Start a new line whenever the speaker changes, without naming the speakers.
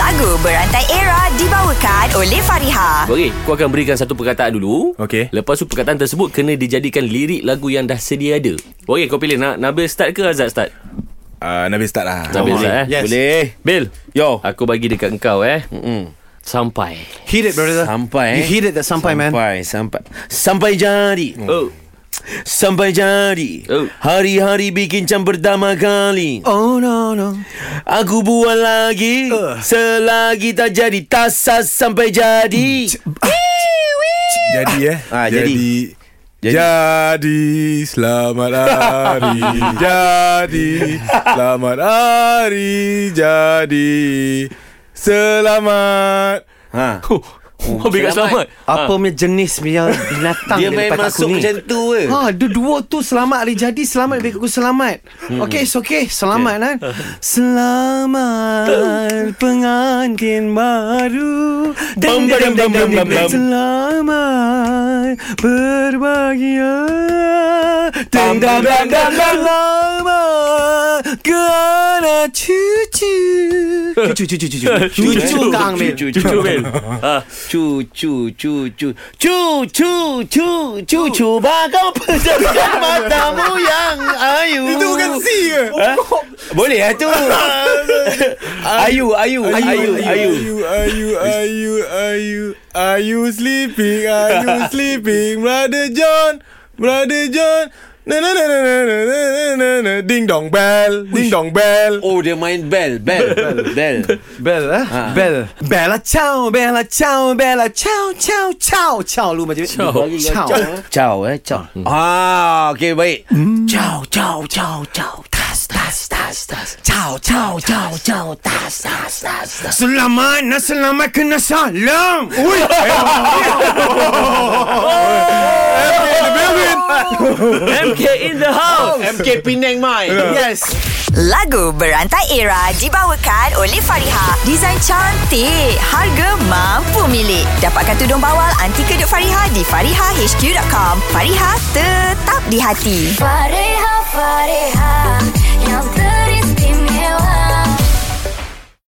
Lagu Berantai Era dibawakan oleh Fariha.
Okey, aku akan berikan satu perkataan dulu.
Okey.
Lepas tu perkataan tersebut kena dijadikan lirik lagu yang dah sedia ada. Okey, kau pilih nak Nabil start ke Azad start?
Uh, Nabil start lah
Nabil start eh.
Yes.
Boleh. Bil,
Yo.
aku bagi dekat engkau eh. Mm-mm. Sampai.
Hit it, brother.
Sampai, eh?
You hit it that sampai, man.
Sampai Sampai Sampai jadi
Oh.
Sampai jadi
Oh.
Hari-hari bikin jam pertama kali
Oh, no, no.
Aku buat lagi uh. Selagi tak jadi Tasas sampai jadi
Jadi eh
Ah, jadi.
Jadi, jadi selamat hari Jadi selamat hari Jadi selamat
ha.
Oh, bagi kat selamat.
Apa punya jenis punya binatang
Dia main
daripada
masuk
aku ni?
macam tu eh. ke
Ha, dia dua tu selamat hari jadi selamat bagi aku selamat.
Hmm.
Okey, it's okay. Selamat kan. Ah, Selamat pengantin baru.
Bam, bam, bam, bam, bam, bam.
Selamat berbahagia. Deng,
Bam, bam,
deng, dang,
bam, bam.
dang, Selamat ke anak cucu. Cucu cucu cucu. Cucu kang Amir.
Cucu Ah.
Cucu Bil. ha.
Cu cu cu cu cu cu cu cu cu bakal pejamkan matamu yang ayu.
Itu bukan kan C ke?
Ha? Boleh lah tu. ayu ayu ayu ayu.
Ayu Ayu Ayu Ayu sleeping Ayu sleeping Brother John Brother John Na na na na na na na na na na Ding dong bell Ding dong bell
Oh dia main bell bell bell.
Bell eh?
Ah.
Ha. Bell. Bella ciao, bella ciao, bella ciao, ciao, ciao. Ciao lu macam ciao. Ciao.
Ciao eh ciao. Ah okey baik. Ciao ciao ciao ciao. Tas tas tas tas. Ciao ciao ciao ciao tas tas tas tas.
Selamat nak selamat kena salam. Ui.
MK in the house.
MK Penang mai.
Yes.
Lagu Berantai Era dibawakan oleh Fariha. Desain cantik, harga mampu milik. Dapatkan tudung bawal anti kedut Fariha di farihahq.com. Fariha tetap di hati.
Fareha, Fareha, yang teris